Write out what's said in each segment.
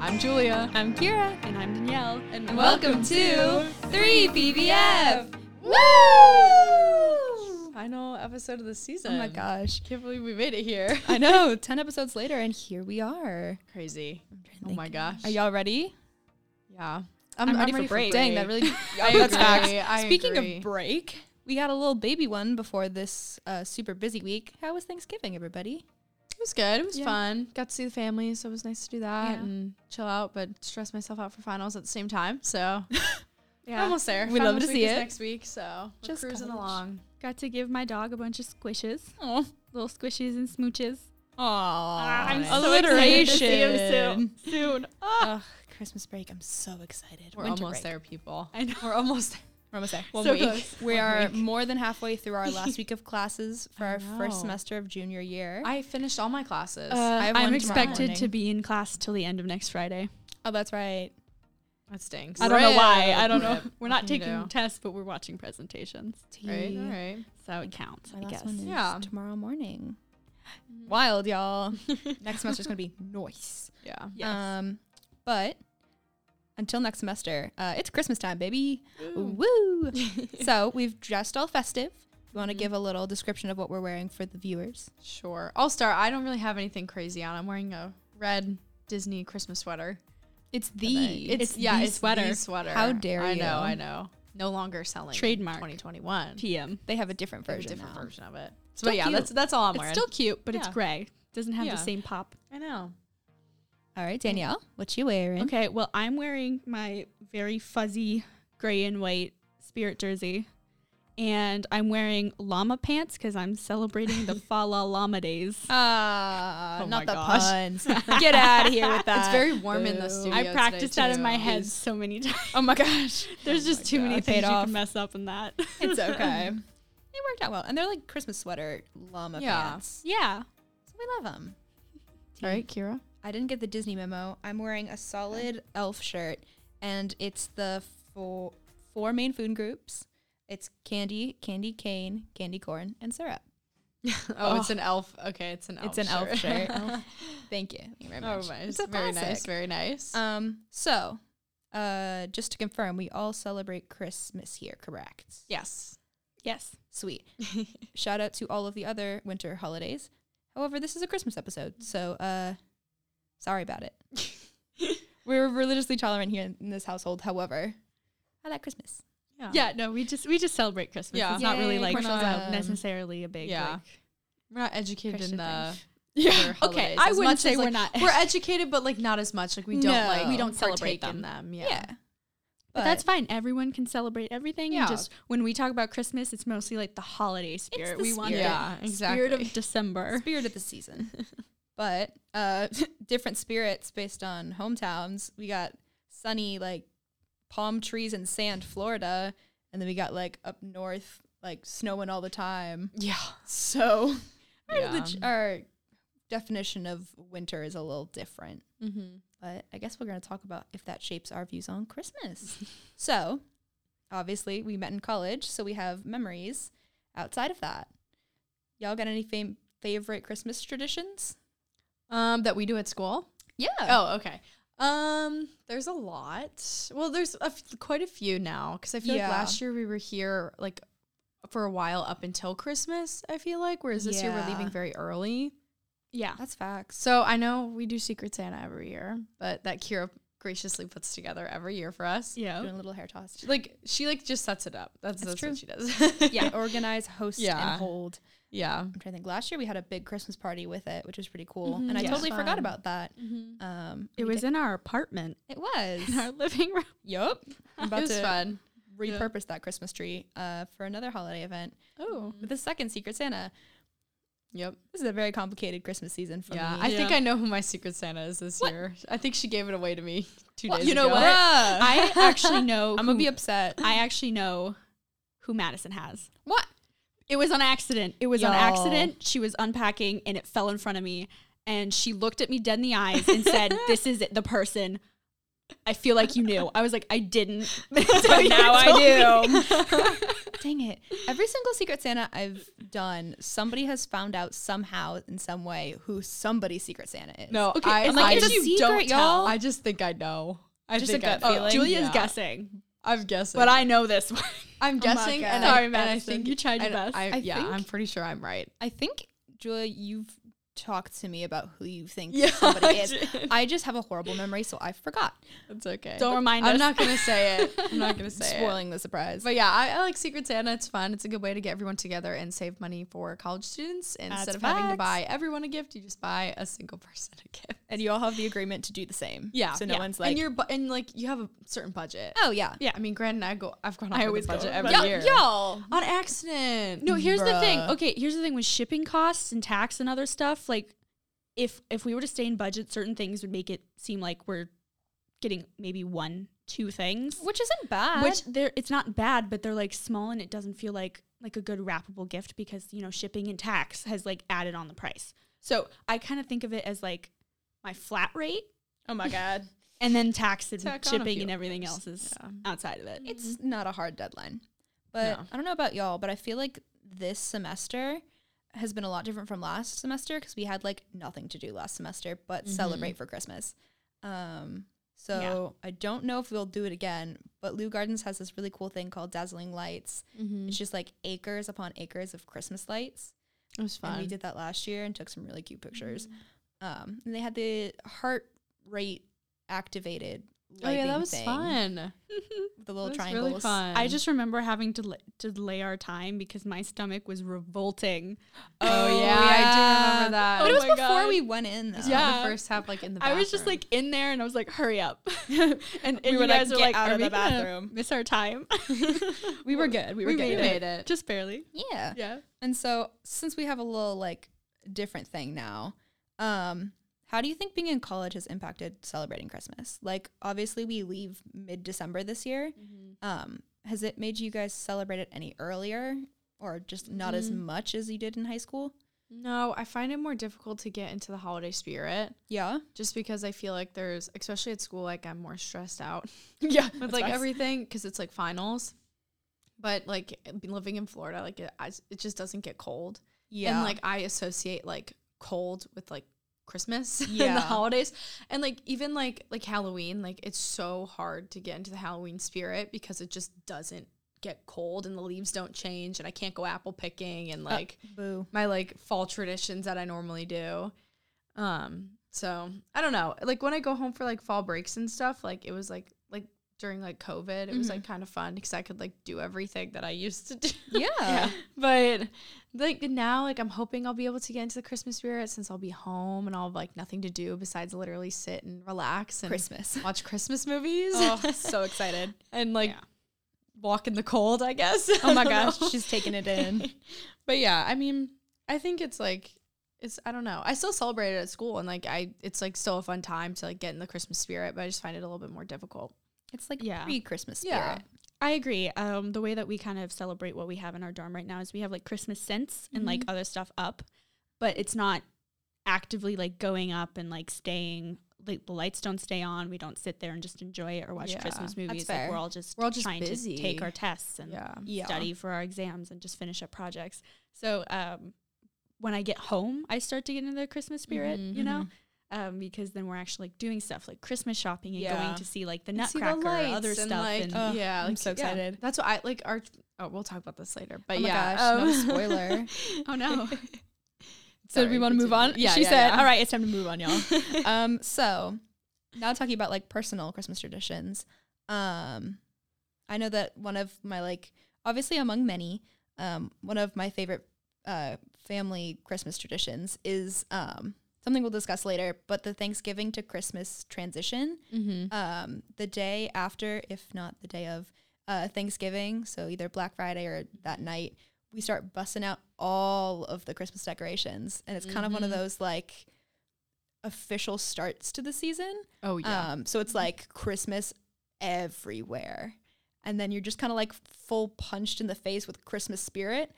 I'm Julia. I'm Kira. And I'm Danielle. And welcome to 3BBF. Woo! Final episode of the season. Oh my gosh. Can't believe we made it here. I know. 10 episodes later, and here we are. Crazy. I'm trying to Oh think. my gosh. Are y'all ready? Yeah. I'm, ready for break. Dang, that really. I that's agree, facts. I Speaking agree. of break, we got a little baby one before this uh, super busy week. How was Thanksgiving, everybody? It was good. It was Yeah. fun. Got to see the family, so it was nice to do that Yeah. and chill out, but stress myself out for finals at the same time. So, yeah, almost there. We'd love Finals to week see is it. next week. So we're Just cruising college. along. Got to give my dog a bunch of squishes, Oh, little squishes and smooches. Ah, I'm I'm so Ah, excited to see him soon. Soon. Ugh, Christmas break. I'm so excited. We're Winter almost break. there, people. I know. We're almost there. We're almost there. One So week. close. We One are week. more than halfway through our last week of classes for I our know. first semester of junior year. I finished all my classes. have one I'm tomorrow expected morning. to be in class till the end of next Friday. oh, that's right. that stinks. I don't know why. I Rip. don't know. Rip. We're not Nothing to taking do. tests, but we're watching presentations. Right, all right. So it counts, My I last guess. one is Yeah. tomorrow morning. Wild, y'all. next semester's gonna be nice. Yeah. Yes. Um, but until next semester, uh, it's Christmas time, baby. Woo! so we've dressed all festive. If you want to give a little description of what we're wearing for the viewers, Sure. I'll start. I don't really have anything crazy on. I'm wearing a red Disney Christmas sweater. it's today. the It's, it's yeah, the it's sweater. The sweater. How dare I you. know. I know. No longer selling. in Trademark. 2021. PM. they have a different There's version a different now. version of it. So Still but yeah, cute. that's that's all I'm It's wearing. still cute, but it's Yeah. gray. Doesn't have Yeah. the same pop. I know. All right, Danielle, what you wearing? Okay, well, I'm wearing my very fuzzy gray and white spirit jersey. And I'm wearing llama pants because I'm celebrating the Fa La Llama days. Oh Ah, my not the gosh. puns. Get out of here with that. It's very warm in the Boo. studio. I practiced that in my today, too. Oh head so many times. Oh my gosh, There's just too many God. things Paid you off. can mess up in that. it's okay. It worked out well, and they're like Christmas sweater llama Yeah. pants. yeah. So we love them. All right, Kira. I didn't get the Disney memo. I'm wearing a solid elf shirt, and it's the four, four main food groups. It's candy, candy cane, candy corn, and syrup. Oh, it's an elf. Okay, it's an elf. it's an elf shirt. shirt. Thank you. Thank you very oh, much. nice. It's a very nice. classic. Very nice. Um, so, uh, just to confirm, we all celebrate Christmas here, correct? yes. Yes. Sweet. Shout out to all of the other winter holidays. However, this is a Christmas episode, Mm-hmm. so uh, sorry about it. We're religiously tolerant here in this household. However, I like Christmas. Yeah, no, we just we just celebrate Christmas. Yeah. It's not really Yay, like we're not, uh, um, necessarily a big yeah. like, We're not educated Christian in the thing. yeah. Okay, I wouldn't say we're not- We're educated, but like not as much. Like we don't No. like we don't celebrate Celebrate them. them. Yeah. But, that's fine. Everyone can celebrate everything. Yeah. And just when we talk about Christmas, it's mostly like the holiday spirit. the we want spirit. the Yeah, exactly. spirit of December. spirit of the season. but uh, different spirits based on hometowns. We got sunny like palm trees and sand, Florida, and then we got like up north like snowing all the time. yeah. So our, Yeah. leg- our definition of winter is a little different. Mm-hmm. But I guess we're going to talk about if that shapes our views on Christmas. so obviously, we met in college, so we have memories outside of that. Y'all got any fam- favorite Christmas traditions? Um, that we do at school. Yeah. Oh, okay. Um, there's a lot. Well, there's a f- quite a few now because I feel Yeah. like last year we were here like for a while up until Christmas. I feel like whereas this year we're Yeah. leaving very early. Yeah. That's facts. So I know we do Secret Santa every year, but that Kira graciously puts together every year for us. Yeah. Doing a little hair toss. She, like she like just sets it up. That's That's that's, true. what she does. Yeah. Organize, host, Yeah. and hold. yeah. I'm trying to think. Last year we had a big Christmas party with it, which was pretty cool, Mhm. and I Yeah. totally forgot Fun. about that. Mm-hmm. Um, It we was did- in our apartment, It was. in our living room. Yup. I'm It about was to fun. Yeah. repurpose that Christmas tree uh, for another holiday event Oh. with the second Secret Santa. Yep. This is a very complicated Christmas season for yeah. me. I think Yeah. I know who my Secret Santa is this year. I think she gave it away to me two Well, days you know ago. what? I actually know. I'm who- gonna be upset. I actually know who Madison has. What? It was on accident. It was on Y'all. accident. She was unpacking and it fell in front of me. And she looked at me dead in the eyes and said, This is it, the person I feel like you knew. I was like, I didn't. But now I do. Dang it. Every single Secret Santa I've done, somebody has found out somehow in some way who somebody's Secret Santa is. No, Okay, I, and, like, I it's a just secret, don't tell. y'all. I just think I know. I Just a think gut I, feeling? Julia's yeah. guessing, I'm guessing, but I know this one. I'm guessing, God. and I, Sorry, and I Madison, think you tried your I- best. I, I yeah, think- I'm pretty sure I'm right. I think, Julia, you've talked to me about who you think Yeah, somebody I is. did. I just have a horrible memory, so I forgot. It's okay. Don't remind I'm us. not gonna say it. I'm not gonna say it. Spoiling the surprise. But yeah, I, I like Secret Santa. It's fun. It's a good way to get everyone together and save money for college students. And That's Instead of having to facts. buy everyone a gift, you just buy a single person a gift. and you all have the agreement to do the same. Yeah, So no yeah. one's like, and you're bu- and like you have a certain budget. oh, yeah. Yeah. I mean, granted, I go. I've gone. I over always the go budget over every budget. year Y'all. on accident. No, here's the thing. Bruh. Okay, here's the thing with shipping costs and tax and other stuff. Like, if if we were to stay in budget, certain things would make it seem like we're getting maybe one, two things, Which isn't bad. which they're it's not bad, but they're like small and it doesn't feel like like a good wrappable gift because you know shipping and tax has like added on the price. So I kind of think of it as like my flat rate, oh my God. and then tax and Tack on a shipping few and everything others. else is Yeah. outside of it. it's not a hard deadline. But Mm-hmm. No. I don't know about y'all, but I feel like this semester has been a lot different from last semester because we had like nothing to do last semester but Mm-hmm. celebrate for Christmas. Um, so I don't know if we'll do it again, but Lou Gardens has this really cool thing called Dazzling Lights. Mm-hmm. Mm. It's just like acres upon acres of Christmas lights. It was And we fun. Mm. did that last year and took some really cute pictures. Um, and they had the heart rate activated. Oh yeah, that lighting was thing, fun. The little That was triangles. really fun. I just remember having to l- to delay our time because my stomach was revolting. Oh, yeah, I do remember that. But it Oh was my before God. we went in though. Yeah. the first half like in the. I Bathroom. was just like in there and I was like, hurry up. and and We you were like, guys were "Get like, out "Are of the we gonna bathroom." Miss our time. we were good. We were we good. made We made it. Just barely. Yeah. Yeah. And so since we have a little like different thing now, um, how do you think being in college has impacted celebrating Christmas? Like obviously we leave mid December this year. Mm-hmm. Um, has it made you guys celebrate it any earlier or just not as Mm-hmm. Mm. much as you did in high school? No, I find it more difficult to get into the holiday spirit Yeah. just because I feel like there's, especially at school, like I'm more stressed out Yeah. with like everything 'cause everything because it's like finals. But like living in Florida, like it, I- it just doesn't get cold. Yeah. And like I associate like cold with like Christmas and Yeah. the holidays. And like even like like Halloween, like it's so hard to get into the Halloween spirit because it just doesn't get cold and the leaves don't change and I can't go apple picking Uh, and like boo. my like fall traditions that I normally do. Um, so I don't know. Like when I go home for like fall breaks and stuff, like it was like like during like COVID, it was Mm-hmm. like kind of fun because I could like do everything that I used to do. Yeah. but like now, like I'm hoping I'll be able to get into the Christmas spirit since I'll be home and I'll have like nothing to do besides literally sit and relax and Christmas. watch Christmas movies Oh, so excited. and like Yeah. walk in the cold, I guess. Oh I my don't gosh, know. she's taking it in. But yeah, I mean, I think it's like it's I don't know. I still celebrate it at school and like I it's like still a fun time to like get in the Christmas spirit, but I just find it a little bit more difficult. It's like Yeah. pre-Christmas spirit. Yeah. I agree. Um, the way that we kind of celebrate what we have in our dorm right now is we have like Christmas scents and Mm-hmm. like other stuff up, but it's not actively like going up and like staying. Like the lights don't stay on. We don't sit there and just enjoy it or watch Yeah, Christmas movies. fair. Like we're all just We're all just trying busy. to take our tests and Yeah. Yeah. study for our exams and just finish up projects. So um, when I get home, I start to get into the Christmas Mm-hmm, spirit, you know, um, because then we're actually like doing stuff like Christmas shopping and Yeah. going to see like the And see the Nutcracker or other lights stuff. and, like, and uh, Ugh, yeah, I'm like, so yeah. excited. That's what I like our oh, we'll talk about this later. But oh my yeah. gosh, um, no spoiler. oh no. So do we Sorry, want to move continue. on? Yeah, she yeah, said, yeah. "All right, it's time to move on, y'all." um, so now talking about like personal Christmas traditions. Um, I know that one of my like obviously among many, um, one of my favorite uh, family Christmas traditions is um, something we'll discuss later, but the Thanksgiving to Christmas transition Mhm. um, the day after, if not the day of uh, Thanksgiving, so either Black Friday or that night, we start bussing out all of the Christmas decorations, and it's kind of one of those like official starts to the season. Oh yeah. Um, so it's like Christmas everywhere, and then you're just kind of like full punched in the face with Christmas spirit,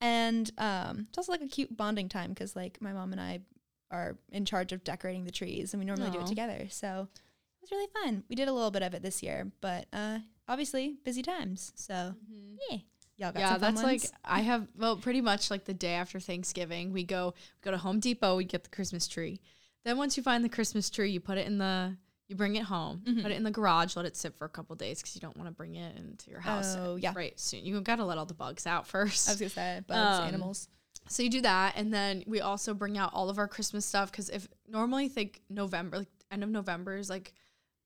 and um, it's also like a cute bonding time because like my mom and I are in charge of decorating the trees, and we normally do Aw. it together. So was really fun. We did a little bit of it this year, but uh, obviously busy times. So yeah, y'all got Mm-hmm. yeah, some fun that's ones? like I have well, pretty much like the day after Thanksgiving, we go we go to Home Depot, we get the Christmas tree. Then once you find the Christmas tree, you put it in the you bring it home, Mm-hmm. put it in the garage, let it sit for a couple days because you don't want to bring it into your house. Oh, yeah. right. Soon you gotta let all the bugs out first. I was gonna say bugs, Um, animals. So you do that, and then we also bring out all of our Christmas stuff because if normally think November, like end of November is like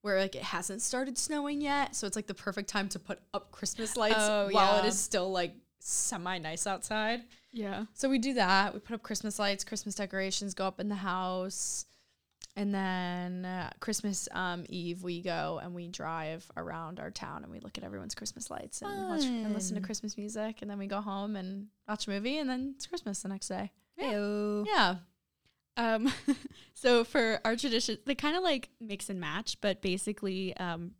where like it hasn't started snowing yet, so it's like the perfect time to put up Christmas lights Oh, while it yeah. is still like semi nice outside. Yeah. So we do that. We put up Christmas lights, Christmas decorations, go up in the house. And then uh, Christmas um, Eve, we go and we drive around our town and we look at everyone's Christmas lights and watch and listen to Fun. Christmas music. And then we go home and watch a movie. And then it's Christmas the next day. Heyo. Yeah. Um, so for our tradition, they kind of like mix and match, but basically, um,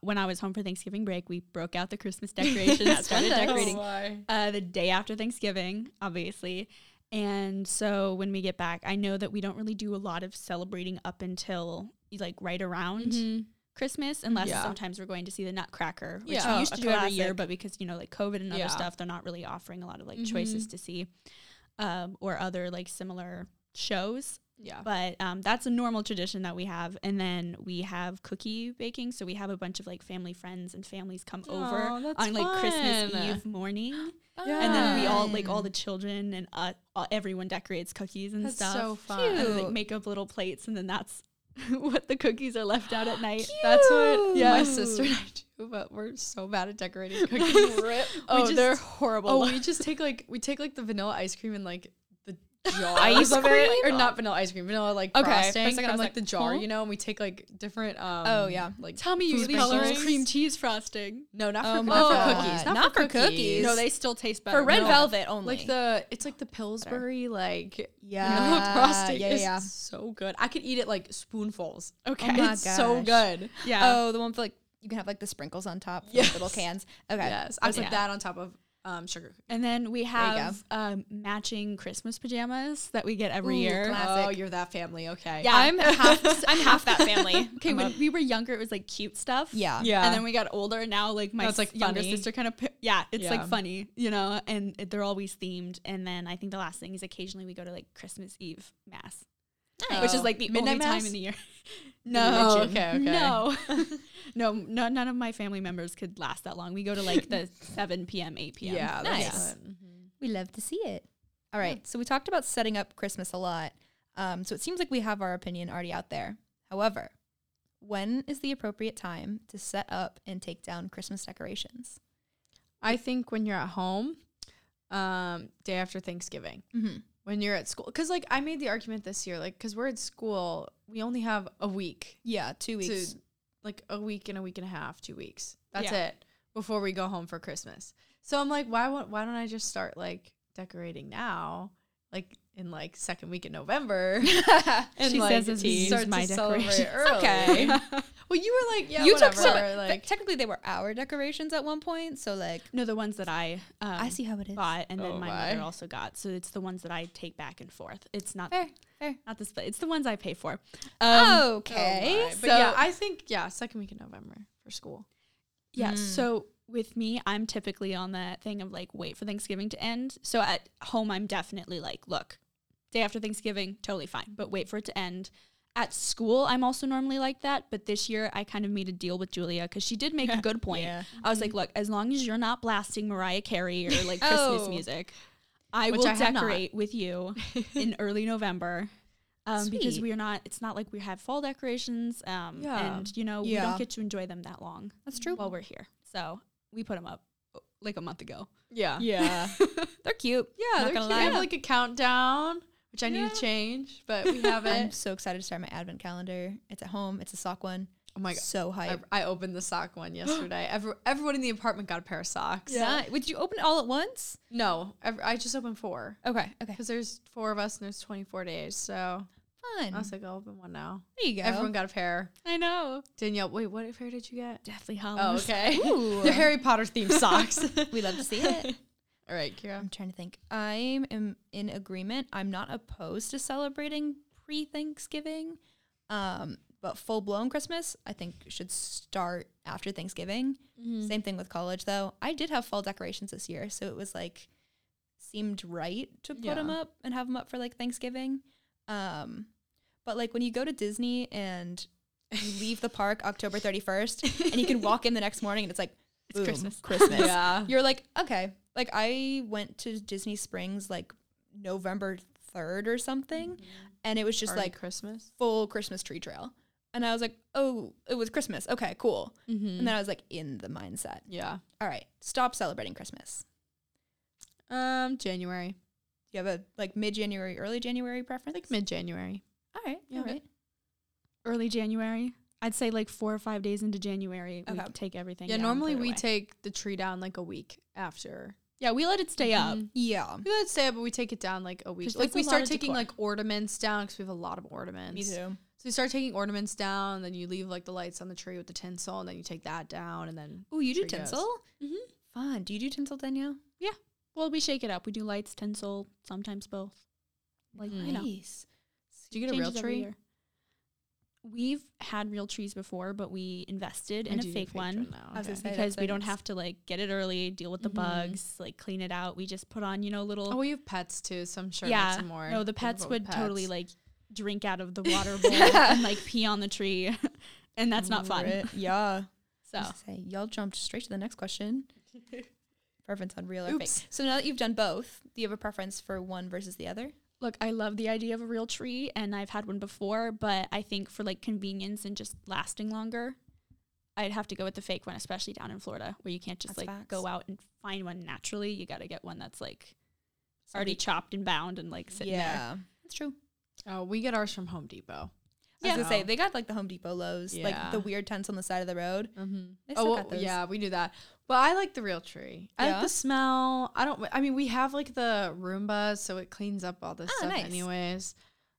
when I was home for Thanksgiving break, we broke out the Christmas decorations, started Fun. decorating my. uh, the day after Thanksgiving, obviously. And so when we get back, I know that we don't really do a lot of celebrating up until like right around Mm-hmm. Christmas, unless Yeah. sometimes we're going to see the Nutcracker, which Yeah. we Oh, used a to do every year, classic. but because you know, like Mm-hmm. COVID and other Yeah. stuff, they're not really offering a lot of like choices to see, um, or other like similar shows. Yeah. But um, that's a normal tradition that we have, and then we have cookie baking. So we have a bunch of like family friends and families come Aw, over that's on like Christmas fun. Eve morning, and then we all like all Fun. the children and uh, all, everyone decorates cookies and That's stuff. so fun. And like Cute. make up little plates, and then that's what the cookies are left out at night. That's what Yeah. my sister and I do, but we're so bad at decorating cookies. Rip. Oh, Oh, they're they're horrible. Oh, we just take like we take like the vanilla ice cream and like the jars Ice of it, or cream? not vanilla ice cream, vanilla like Okay, for a frosting second I from was like like, the jar, huh? you know. And we take like different. Um, Oh, yeah. like tell me you food use colors pairings? cream cheese frosting. no, not for, Oh my not for God. cookies, not, Not for for cookies. cookies. No, they still taste better. for red No. velvet only. like the it's like the Pillsbury like vanilla yeah, frosting yeah, yeah, is yeah. so good. I could eat it like spoonfuls. Okay. Oh my it's so gosh. good. yeah. Oh, the one for like you can have like the sprinkles on top, for the Yes. little cans. Okay, Yes, I would Yeah. put that on top of um, sugar. and then we you go. have um, matching Christmas pajamas that we get every Ooh, year. class- Oh, Classic. you're that family. Okay. Uh, Yeah, I'm half. I'm half that family. Okay, I'm when up. we were younger, it was like cute stuff. Yeah. Yeah. And then we got older. Now, like my Now it's, s- like, younger funny. sister kind of. Yeah, it's Yeah. like funny, you know. And it, they're always themed. And then I think the last thing is occasionally we go to like Christmas Eve mass, which Oh. is like the Midnight only time mass? in the year. No. no. Okay. Okay. No. no, no, none of my family members could last that long. We go to like the 7 p.m., 8 p.m. Yeah. Nice. That's nice. we love to see it. All right, so we talked about setting up Christmas a lot. Um, so it seems like we have our opinion already out there. However, when is the appropriate time to set up and take down Christmas decorations? I think when you're at home, um, day after Thanksgiving, Mm-hmm. when you're at school, because like I made the argument this year, like because we're at school, we only have a week Yeah, two weeks. to, like a week and a week and a half, two weeks. That's Yeah. it before we go home for Christmas. So I'm like, why won't, why don't I just start like decorating now, like in like second week in November, and She like says this is start my to celebrate decorations. early. Okay. well, you were like, yeah, you whatever. took some. Like, like, technically, they were our decorations at one point. So like, No, the ones that I um, I see how it is. bought and then Oh, my my. mother also got. So it's the ones that I take back and forth. It's not Fair, fair. not this, but it's the ones I pay for. Um, oh okay, my. so but yeah, I think yeah, second week in November for school. Yeah. Mm. So with me, I'm typically on that thing of like wait for Thanksgiving to end. So at home, I'm definitely like, look, day after Thanksgiving, totally fine, but wait for it to end. At school, I'm also normally like that, but this year I kind of made a deal with Julia because she did make a good point. Yeah. I was like, look, as long as you're not blasting Mariah Carey or like Oh. Christmas music, I Which will I have not. decorate with you in early November. Um, because Sweet. we are not, it's not like we have fall decorations, um, Yeah. and you know we Yeah. don't get to enjoy them that long that's true. while we're here. So we put them up uh, like a month ago. Yeah. yeah, they're cute. Yeah, Not they're gonna cute. We have lie. like a countdown, which I need Yeah. to change, but we have I'm it. so excited to start my advent calendar. It's at home. It's a sock one. oh my god. so I, hype. I opened the sock one yesterday. Every, everyone in the apartment got a pair of socks. Nice. Would you open it all at once? No, ev- I just opened four Okay. Okay. because there's four of us and there's 24 days. So Fun. I was like, I'll open one now. There you go. Everyone got a pair. I know. Danielle, wait, what pair did you get? Deathly Oh, Hallows. okay. Ooh. They're Harry Potter themed socks. we love to see it. All right, Kira. I'm trying to think. I am in agreement. I'm not opposed to celebrating pre Thanksgiving, um, But full blown Christmas, I think, should start after Thanksgiving. Mm. Same thing with college, though. I did have fall decorations this year, so it was like seemed right to put Yeah. them up and have them up for like Thanksgiving. Um, but like when you go to Disney and you leave the park October 31st and you can walk in the next morning and it's like It's boom, Christmas. Christmas. yeah. You're like, okay. Like I went to Disney Springs like November 3rd or something and it was just like Christmas. full Christmas tree trail. And I was like, "Oh, it was Christmas. Okay, cool." Mm-hmm. And then I was like in the mindset. yeah. All right, stop celebrating Christmas. Um, January. Do you have a like mid January, early January preference? Like mid January. all right, Yeah, all right. Early January. I'd say like four or five days into January, we Okay. take everything. Yeah, down and normally put it we away. take the tree down like a week after. Yeah, we let it stay up. Mhm. Yeah, We let it stay up, but we take it down like a week. 'Cause Like that's we a lot start of taking decor. like ornaments down because we have a lot of ornaments. me too. So you start taking ornaments down, then you leave like the lights on the tree with the tinsel, and then you take that down, and then Mm-hmm. Oh, you do Tree goes. tinsel? Mhm. Fun. Do you do tinsel, Danielle? Well, we shake it up. We do lights, tinsel, sometimes both. Like you know, Nice. do you get a real changes every tree? year. We've had real trees before, but we invested I in a do fake one now. I was gonna say- Okay, because that's we don't nice. have to like get it early, deal with the Mhm. bugs, like clean it out. We just put on you know little Oh, we have pets too, so I'm sure yeah that's more. no the pets difficult would with totally pets. like drink out of the water bowl and like pee on the tree, and that's not fun. yeah. So I was gonna say, y'all jumped straight to the next question. preference on real or Oops. fake. So now that you've done both, do you have a preference for one versus the other? look, I love the idea of a real tree, and I've had one before, but I think for like convenience and just lasting longer, I'd have to go with the fake one, especially down in Florida where you can't just That's like facts. go out and find one naturally. You got to get one that's like So already we- chopped and bound and like sitting there. yeah, that's true. Oh, we get ours from Home Depot. Oh. I was Yeah. gonna say they got like the Home Depot lows, like Yeah. the weird tents on the side of the road. Mm-hmm. They still Oh got well, those. yeah, we do that. But I like the real tree. I Yeah? like the smell. I don't. I mean, we have like the Roomba, so it cleans up all this Oh, stuff, nice. anyways.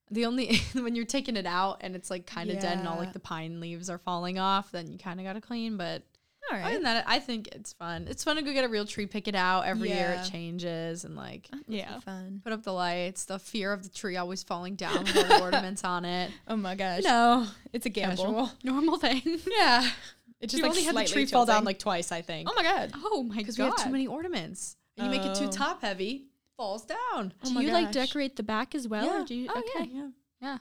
The only when you're taking it out and it's like kind of dead and all Yeah. like the pine leaves are falling off, then you kind of gotta clean. But All other right. than that, I think it's fun. It's fun to go get a real tree, pick it out every year. Yeah. It changes and like Yeah. Fun. put up the lights. The fear of the tree always falling down with all the ornaments on it. Oh my gosh. No, It's a gamble. Normal thing. Yeah, It just like only had the tree fall down like twice, I think. oh my god. Oh my god. because we have too many ornaments. And you make it too Oh. top heavy, falls down. Oh do my you like gosh. decorate the back as well? Yeah. Or do you Oh, okay. yeah, Yeah.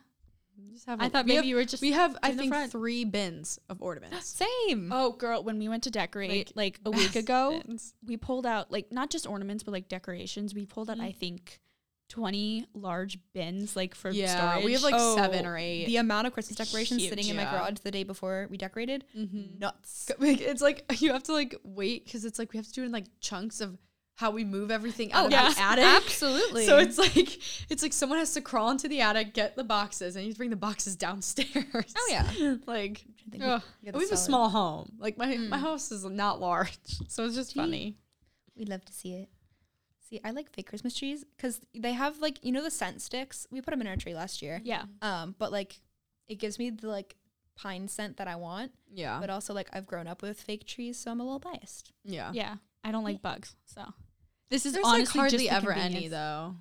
We Just have I a- thought we maybe have- you were just we have I in the think front. three bins of ornaments. Same. Oh girl, when we went to decorate like a week ago, Bins. we pulled out like not just ornaments but like decorations. We pulled out Mm-hmm. I think twenty large bins like for Yeah, storage. we have like Oh, seven or eight. The amount of Christmas decorations Huge. sitting in my Yeah. Mm. garage the day before we decorated, Mm-hmm. nuts. Like, it's like you have to like wait because it's like we have to do it in like chunks of how we move everything out Oh, of yes, the attic. absolutely. So it's like it's like someone has to crawl into the attic, get the boxes, and you bring the boxes downstairs. Oh yeah. like I think we- ugh. we got we have a Mm. solid- small home. Like my my house is not large, so it's just funny. We'd love to see it. See, I like fake Christmas trees because they have like you know the scent sticks. We put them in our tree last year. yeah. Mm-hmm. Um, but like it gives me the like pine scent that I want, Yeah, but also like I've grown up with fake trees, so I'm a little biased. yeah. Yeah. I don't like bugs. So this is There's honestly like hardly just the ever any convenience. though.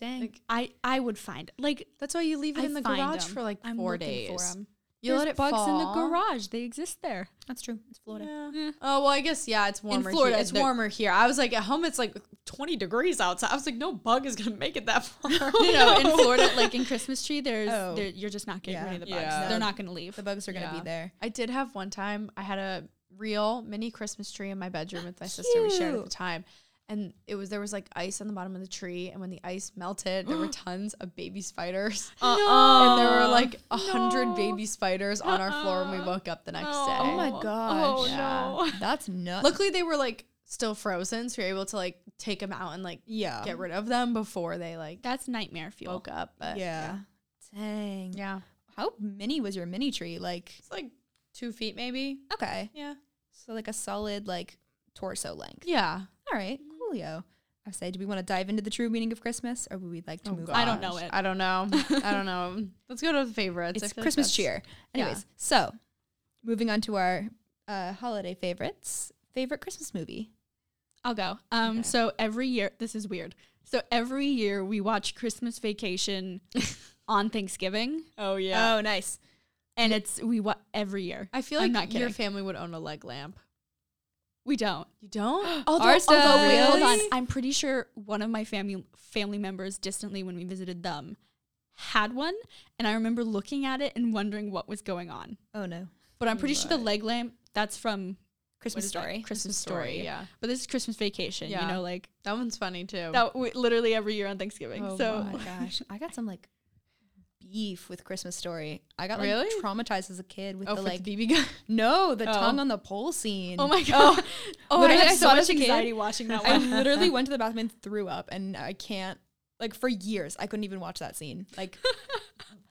Dang. Like, I I would find like That's why you leave it I in the find garage 'em. for like I'm four looking days. for 'em. You There's let it bugs in the fall. garage. They exist there. That's true. It's Florida. Yeah. Oh well, I guess yeah. It's warmer Florida, Here. It's they're- warmer here. I was like at home. It's like 20 degrees outside. I was like, no bug is gonna make it that far. You know, in Florida, like in Christmas tree, there's Oh. there, you're just not getting Yeah. rid of the bugs. Yeah. They're not going to leave. Uh-uh. The bugs are gonna be Yeah. there. I did have one time. I had a real mini Christmas tree in my bedroom with my sister. We shared at the Cute. time, and it was there was like ice on the bottom of the tree, and when the ice melted, there were tons of baby spiders. Uh-uh. And there were like a hundred No. baby spiders on our floor when we Uh-uh. woke up the next No. day. Oh my Oh, gosh. oh, no. That's nuts. Luckily, they were like still frozen, so you're able to like take them out and like yeah. get rid of them before they like That's nightmare fuel. woke up. But yeah. Dang. yeah, How mini was your mini tree? Like it's like two feet maybe. okay. Yeah, So like a solid like torso length. yeah. All right. Coolio. I say, do we want to dive into the true meaning of Christmas or would we like Oh, to move on? I don't know it. I don't know. I don't know. Let's go to the favorites. I It's feel like Christmas that's- cheer. Anyways, yeah. so moving on to our uh, holiday favorites. Favorite Christmas movie? I'll go. Um, Okay. so every year, this is weird. So every year we watch Christmas Vacation on Thanksgiving, Uh, Oh yeah. Oh, nice. and it's we what every year. I feel like I'm not your kidding. family would own a leg lamp. We don't. You don't? Although, Ours although wait, does. hold on. Really? I'm pretty sure one of my family family members distantly when we visited them had one, and I remember looking at it and wondering what was going on. Oh no. But I'm pretty sure the Right. leg lamp that's from Christmas story. Christmas story. Yeah. But this is Christmas vacation. Yeah. You know, like That one's funny too. that w- literally every year on Thanksgiving. Oh so Oh my gosh. I got some like beef with Christmas story. I got like Really? traumatized as a kid with oh, the for like the BB gun. no, the Oh. tongue on the pole scene. Oh my god! Oh, Literally, I I had so saw it much as a kid. anxiety watching that I one. literally went to the bathroom and threw up and I can't like for years I couldn't even watch that scene. Like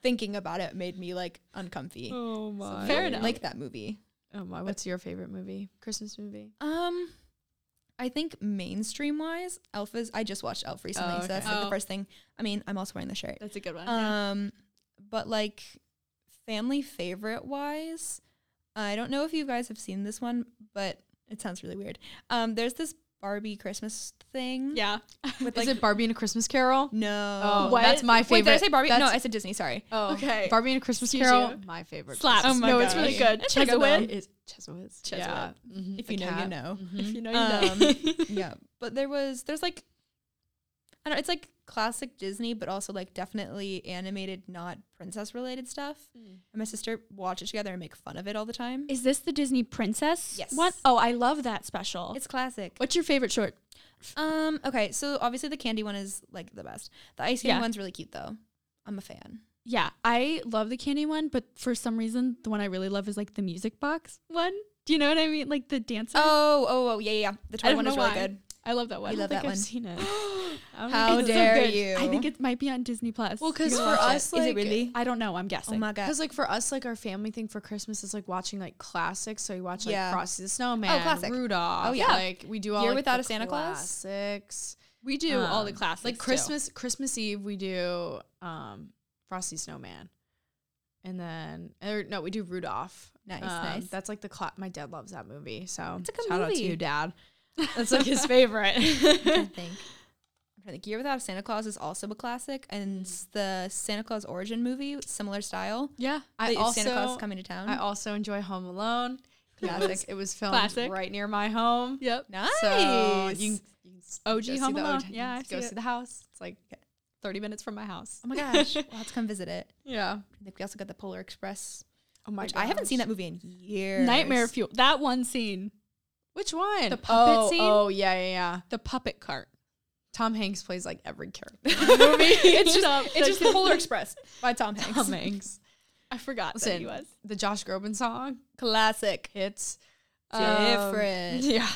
thinking about it made me like uncomfy. Oh So my. Fair I enough. Like that movie. Oh my. What's your favorite movie? Christmas movie? Um, I think mainstream wise, Elf is. I just watched Elf recently, Oh, so that's okay. like the Oh. first thing. I mean, I'm also wearing the shirt. That's a good one. Um, but like family favorite wise, I don't know if you guys have seen this one, but it sounds really weird. Um, there's this Barbie Christmas thing. yeah. With Is it Barbie and a Christmas Carol? no. Oh, What? that's my Wait, favorite. did I say Barbie? No, That's- I said Disney. Sorry. Oh, Okay. Barbie and a Christmas Excuse Carol. you. my favorite. Slaps. Christmas Oh my movie. no, it's really gosh. good. That's a Check good it one. out. It is Chesowiz. Chesowiz. Yeah. Mhm. If The you know, you cat. know. If Mhm. you know, you know. Um, yeah, but there was there's like I don't know, it's like classic Disney, but also like definitely animated, not princess related stuff. Mm. And my sister watch it together and make fun of it all the time. Is this the Disney Princess? Yes. One? Oh, I love that special. It's classic. What's your favorite short? Um, okay, so obviously the candy one is like the best. The ice cream Yeah. one's really cute though. I'm a fan. Yeah, I love the candy one, but for some reason, the one I really love is like the music box one. Do you know what I mean? Like the dancer. Oh, oh, oh, yeah, yeah, yeah. The I toy don't one is know really why. good. I love that I one. You don't love think that I've one. seen it. How It's so dare good. you? I think it might be on Disney Plus. Well, because You for gotta watch us, like, is it really? I don't know. I'm guessing. Oh my god. Because like for us, like our family thing for Christmas is like watching like classics. So we watch like Yeah. Frosty the Snowman, classic. Rudolph. Oh, yeah. like we do all Year like, Without the a Santa Claus? classics. we do all the Um, classics. Like too. Christmas, Christmas Eve we do um Frosty Snowman, and then or no, we do Rudolph. Nice, Um, nice. That's like the cla- my dad loves that movie. So It's a good shout out to movie. you, Dad. That's like his favorite. I'm trying to think. I'm trying to think. Year Without a Santa Claus is also a classic, and s- the Santa Claus origin movie, similar style. Yeah. I The also Santa Claus is coming to town. I also enjoy Home Alone. Classic. It was, Classic. it was filmed Classic. right near my home. Yep. nice. So you oh can, you can s- OG go see Home the Alone. OG Yeah, I go see see it. the house. It's like 30 minutes from my house. oh my gosh, we'll have to come visit it. Yeah. I think we also got the Polar Express, Oh my which I haven't seen that movie in years. Nightmare Fuel. That one scene, Which one? The puppet oh, scene? Oh, yeah, yeah, yeah. the puppet cart. Tom Hanks plays like every character. it's Stop. just it's just the Polar Express by Tom Hanks. Tom Hanks. I forgot that Listen, he was. the Josh Groban song Classic. hits Different. Um, yeah.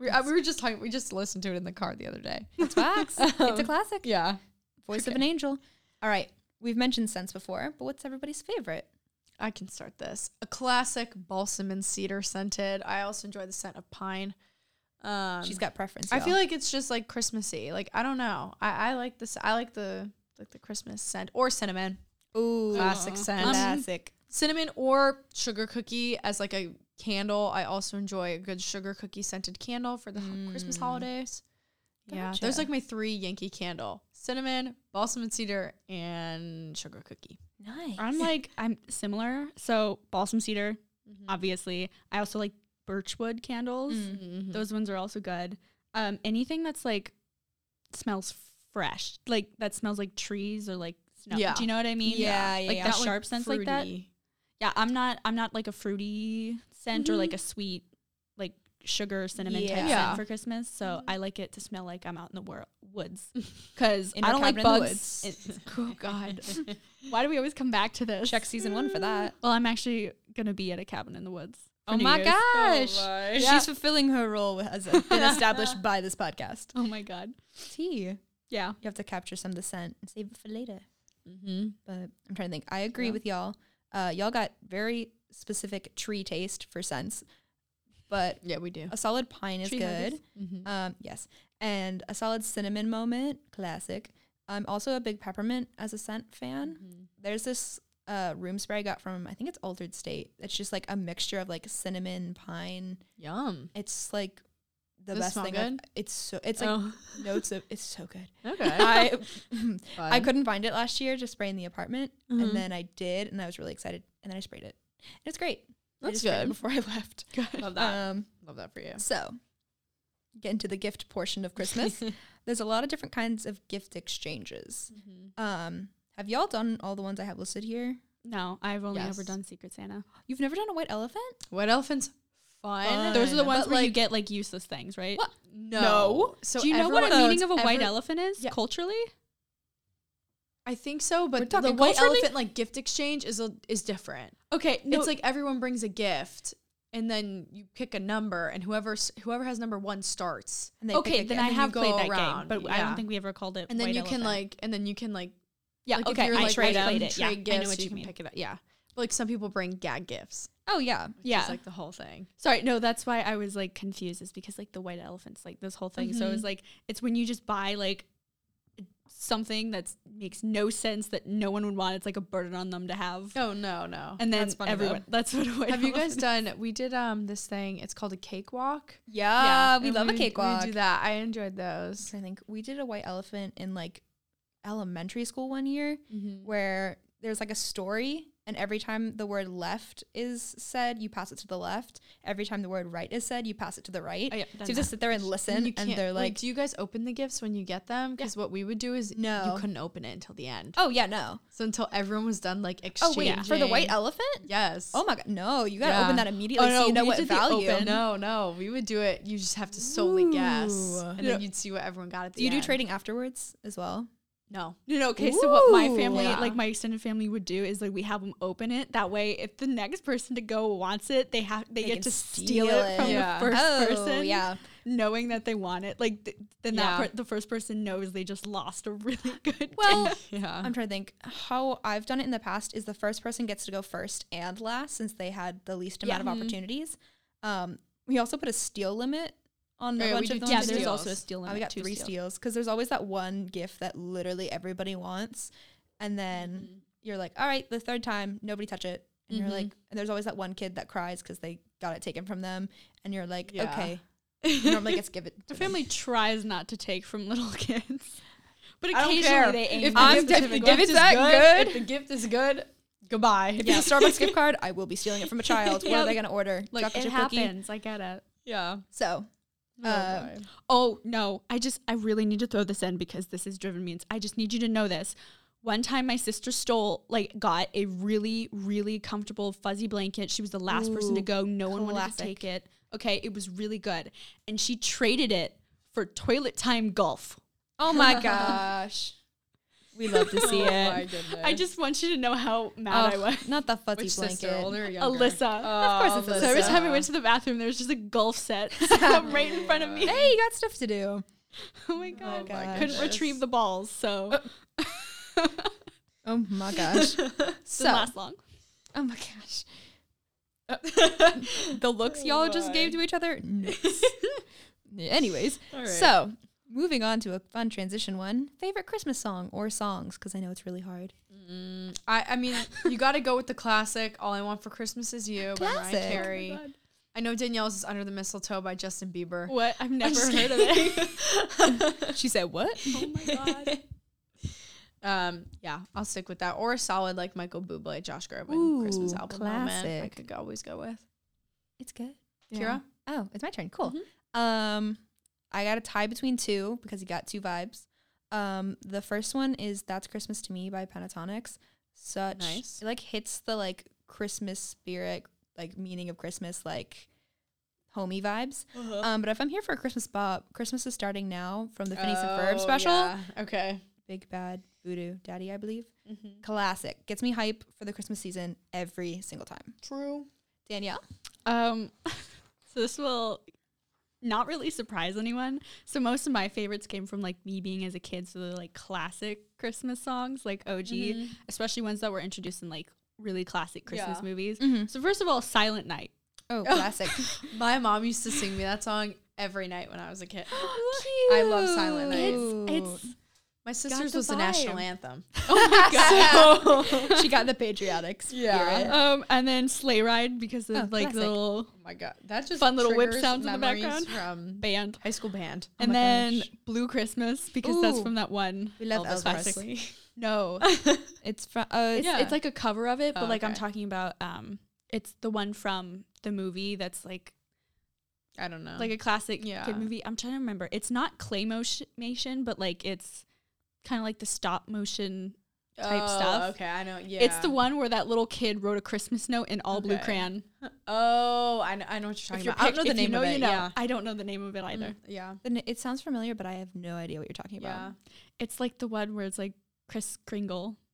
We, I- we were just talking, we just listened to it in the car the other day. It's wax. it's a classic. Yeah. Voice of an angel. All right, we've mentioned scents before, but what's everybody's favorite? I can start this. A classic balsam and cedar scented. I also enjoy the scent of pine. Um, She's got preference. I feel like it's just like Christmassy. Like I don't know. I, I like this. I like the like the Christmas scent or cinnamon, ooh, Um, classic Aw. scent, classic. cinnamon or sugar cookie as like a candle. I also enjoy a good sugar cookie scented candle for the ho- Christmas holidays. Yeah, those Gotcha. like my three Yankee candle: cinnamon, balsam and cedar, and sugar cookie. Nice. I'm like I'm similar. So balsam cedar, obviously. I also like birchwood candles. Mm. Mm-hmm. Those ones are also good. Um, anything that's like smells fresh, like that smells like trees or like snow. Yeah. Do you know what I mean? Yeah, yeah, Like yeah. that Not, sharp scents like that. fruity. Yeah, I'm not. I'm not like a fruity scent or like Mhm. a sweet, like sugar cinnamon type Yeah. Yeah. scent for Christmas. So I like it to smell like I'm out in the wor- woods because In I our don't like cabin in the bugs. woods. It's- oh God, why do we always come back to this? Check season one for that. Well, I'm actually gonna be at a cabin in the woods. for Oh New my Year's. gosh. Yeah. She's fulfilling her role as been established by this podcast. Oh my god. Tea. You Yeah. have to capture some of the scent and save it for later. Mhm. But I'm trying to think. I agree Yeah. with y'all. Uh, y'all got very specific tree taste for scents, but Yeah, we do. a solid pine is Tree good. huggies. Mhm. Um, yes, and a solid cinnamon moment, classic. I'm also a big peppermint as a scent fan. Mm-hmm. There's this uh, room spray I got from I think it's Altered State. It's just like a mixture of like cinnamon, pine. Yum. It's like the Does it best smell thing. I've, good? it's so it's like oh, notes of it's so good. okay. I I Fun. couldn't find it last year to spray in the apartment, Mhm. and then I did, and I was really excited, and then I sprayed it. And it's great. I That's just sprayed it good. Before I left, Love that. um, Love that for you. so get into the gift portion of Christmas. There's a lot of different kinds of gift exchanges. Mm-hmm. Um, have y'all done all the ones I have listed here? No, I've only ever Yes. done Secret Santa. You've never done a white elephant? White elephants, fun. Those are the Fun. ones But, where you like- get like useless things, right? What? No. No. So Do you know what everyone- a meaning of a white every- elephant is Yeah. culturally? I think so, We're but the talking white culturally? elephant like gift exchange is a, is different. Okay, no, It's like everyone brings a gift, and then you pick a number, and whoever s- whoever has number one starts. And they pick okay. a Then gift. I and you have go played that around, game, but I yeah. don't think we ever called it. And then white you elephant. can like, and then you can like, yeah, like okay, if you're I like tried white played elephant, it. Yeah, trade I gifts, know what you, you can mean. pick it up. Yeah, but like some people bring gag gifts. Oh yeah. yeah, it's like the whole thing. Sorry, no, that's why I was like confused. Is because like the white elephants, like this whole thing. So it Mhm. was Mm-hmm. like it's when you just buy like something that makes no sense that no one would want. It's like a burden on them to have, Oh no, no. and then That's funny, though. everyone. That's what. a white have you guys elephant done? We did um this thing. It's called a cakewalk. Yeah, we and love a would- cakewalk. We would do that. I enjoyed those. I think we did a white elephant in like elementary school one year Mm-hmm. where there's like a story and every time the word left is said, you pass it to the left. Every time the word right is said, you pass it to the right. Oh, yeah, so done you that. just sit there and listen you and can't- they're wait, like, do you guys open the gifts when you get them? Because what we would do is No. you couldn't open it until the end. Oh yeah, no. So until everyone was done, like Oh exchanging. wait, for the white elephant? Yes. Oh my god, no! You gotta open Yeah. that immediately so you know Oh, we what did the value. open. No, no, we would do it. You just have to solely guess, Ooh. and Yeah. then you'd see what everyone got at the Do you do end. trading afterwards as well? No. No, no. Okay, so what my Ooh. family, Yeah. like my extended family, would do is like we have them open it. That way, if the next person to go wants it, they have they, They get can to steal, steal it from it. Yeah. the first oh person. yeah, knowing that they want it. Like th- then Yeah. that per- the first person knows they just lost a really good. Well, gift. Yeah. I'm trying to think how I've done it in the past is the first person gets to go first and last since they had the least amount Yeah. of Mhm. opportunities. Um, we also put a steal limit on Oh, a yeah, we bunch did of them. two yeah, too. there's steals. also a steal Oh, limit. we got two three steals. steals because there's always that one gift that literally everybody wants, and then you're like, all right, the third time, nobody touch it, and Mhm. you're like, and there's always that one kid that cries because they got it taken from them, and you're like, Yeah. okay, You normally gets given. The family tries not to take from little kids, but I don't occasionally care. they aim. If the, for I'm gift, def- if the if gift it's is that good, if the gift is good, goodbye. If it's a Starbucks gift card, I will be stealing it from a child. What are they gonna order? like Chocolate it chip cookie? happens. I get it. Yeah. So Uh, boy. Oh no! I just I really need to throw this in because this has driven me. Ins- I just need you to know this. One time, my sister stole like got a really really comfortable fuzzy blanket. She was the last person to Ooh, go. No one wanted to classic. take it. Okay, it was really good, and she traded it for toilet time golf. oh my gosh, we love to see Oh it. my goodness. I just want you to know how mad I Oh, was. Not the fuzzy Which blanket. sister, older or younger? Alyssa. Of course it's So every Oh, Alyssa. time I went to the bathroom, there was just a golf set right in front of me. Hey, you got stuff to do. Oh my god! my I couldn't goodness. retrieve the balls, so Uh, it Oh my gosh. didn't so, last long. oh my gosh, Oh The looks y'all just gave to each other. Nuts. Anyways, All right. so moving on to a fun transition one. Favorite Christmas song or songs? Because I know it's really hard. Mm, I, I mean, you got to go with the classic "All I Want for Christmas Is You" by Classic. Mariah Carey. Oh I know Danielle's is "Under the Mistletoe" by Justin Bieber. What? I've never just heard of it. She said, "What? oh my god. Um, yeah, I'll stick with that, or a solid like Michael Bublé, Josh Groban Ooh, Christmas album moment. I classic. could always go with It's good." Kira. Oh, it's my turn. Cool. Mm-hmm. Um, I got a tie between two because you got two vibes. Um, the first one is "That's Christmas to Me" by Pentatonics. Such Nice. it like hits the like Christmas spirit, like meaning of Christmas, like homey vibes. Uh-huh. Um, but if I'm here for a Christmas bop, Christmas is starting now from the Phineas and Ferb Oh, special. yeah. Okay. Big Bad Voodoo Daddy, I believe. Classic gets me hype for the Christmas season every single time. True. Danielle, Um, so this will not really surprise anyone. So most of my favorites came from like me being as a kid. So they're like classic Christmas songs, like OG, Mm-hmm. especially ones that were introduced in like really classic Christmas Yeah. movies. Mhm. So first of all, Silent Night. oh classic. My mom used to Oh, sing me that song every night when I was a kid. I love Silent Night. It's it's My sister's the was the vibe. national anthem. Oh my god. she got the patriotic spirit. Yeah. um, and then sleigh ride because of Oh, like classic. the little Oh my god, that just Fun little whip triggers sounds in the memories background. from band. high school band. Oh and my then gosh. Blue Christmas because that's Ooh. from that one. We love Elvis Presley. Presley. No, it's from. Uh, It's, Yeah. it's like a cover of it, but Oh, like I'm okay. talking about um it's the one from the movie that's like I don't know. like a classic Oh. Yeah. kid movie. I'm trying to remember. It's not claymation, but like it's kind of like the stop motion. type oh, stuff. Okay, I know. Yeah, It's the one where that little kid wrote a Christmas note in all blue Okay. crayon. Oh, I know, I know what you're talking about. I don't know the if name you know, of it. you know. Yeah. I don't know the name of it either. Mm, yeah, then it sounds familiar, but I have no idea what you're talking yeah. about. It's like the one where it's like Chris Kringle.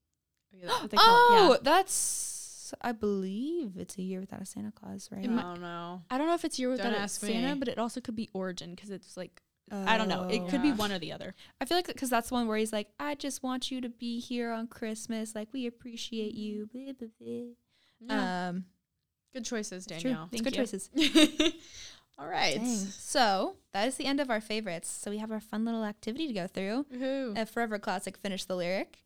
Yeah, that's what they call Oh, Yeah. that's. I believe it's a year without a Santa Claus, right? it. I don't know. I don't know if it's Year Don't Without a ask Santa, me. but it also could be Origin because it's like I don't know. It Oh. could be Yeah. one or the other. I feel like because that's the one where he's like, "I just want you to be here on Christmas. Like we appreciate you." Blah, blah, blah. Yeah. Um, Uh, good choices, it's true. Danielle. It's Thank good you. choices. All right. Dang. So that is the end of our favorites. So we have our fun little activity to go through. Woohoo. A forever classic. Finish the lyric.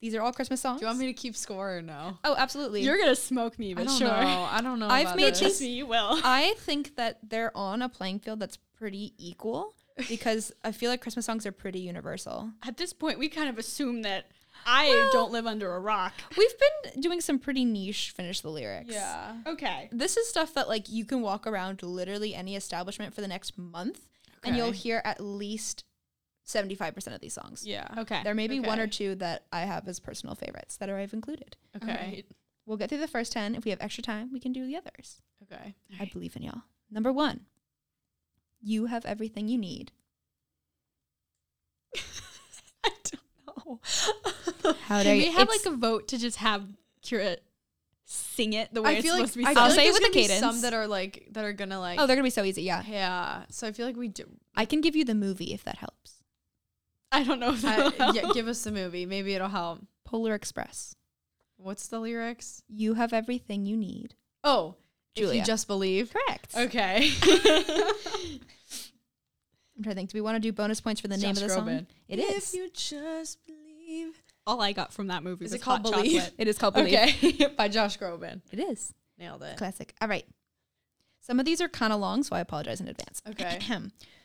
These are all Christmas songs. Do you want me to keep score or no? oh, absolutely. You're gonna smoke me, I but don't sure. know. I don't know. I've about made this. Trust me, you will. I think that they're on a playing field that's pretty equal because I feel like Christmas songs are pretty universal. At this point, we kind of assume that I don't live under a rock. We've been doing some pretty niche finish the lyrics. Yeah. Okay. This is stuff that like you can walk around literally any establishment for the next month and you'll Okay. hear at least 75% of these songs. Yeah. Okay. There may be one or Okay. two that I have as personal favorites that I've included. Okay. We'll get through the first 10. If we have extra time, we can do the others. Okay. I believe in y'all. Number one, you have everything you need. I don't know. How Can we have like a vote to just have Kira sing it the way I it's feel like supposed to be I sung? feel I'll like say it there's with a gonna be cadence. Some that are like that are gonna like. Oh, they're gonna be so easy. Yeah, yeah. So I feel like we do. I can give you the movie if that helps. I don't know if I, that will Uh, yeah, help. give us the movie. Maybe it'll help. Polar Express. What's the lyrics? You have everything you need. Oh, if Julia. you just believe. Correct. Okay. I'm trying to think. Do we want to do bonus points for the name of Josh the Groban. song? It is. you just believe. All I got from that movie Is was it called hot Believe? chocolate. It is called Believe. Okay. By Josh Groban. It is Nailed it. classic. All right. Some of these are kind of long, so I apologize in advance. Okay.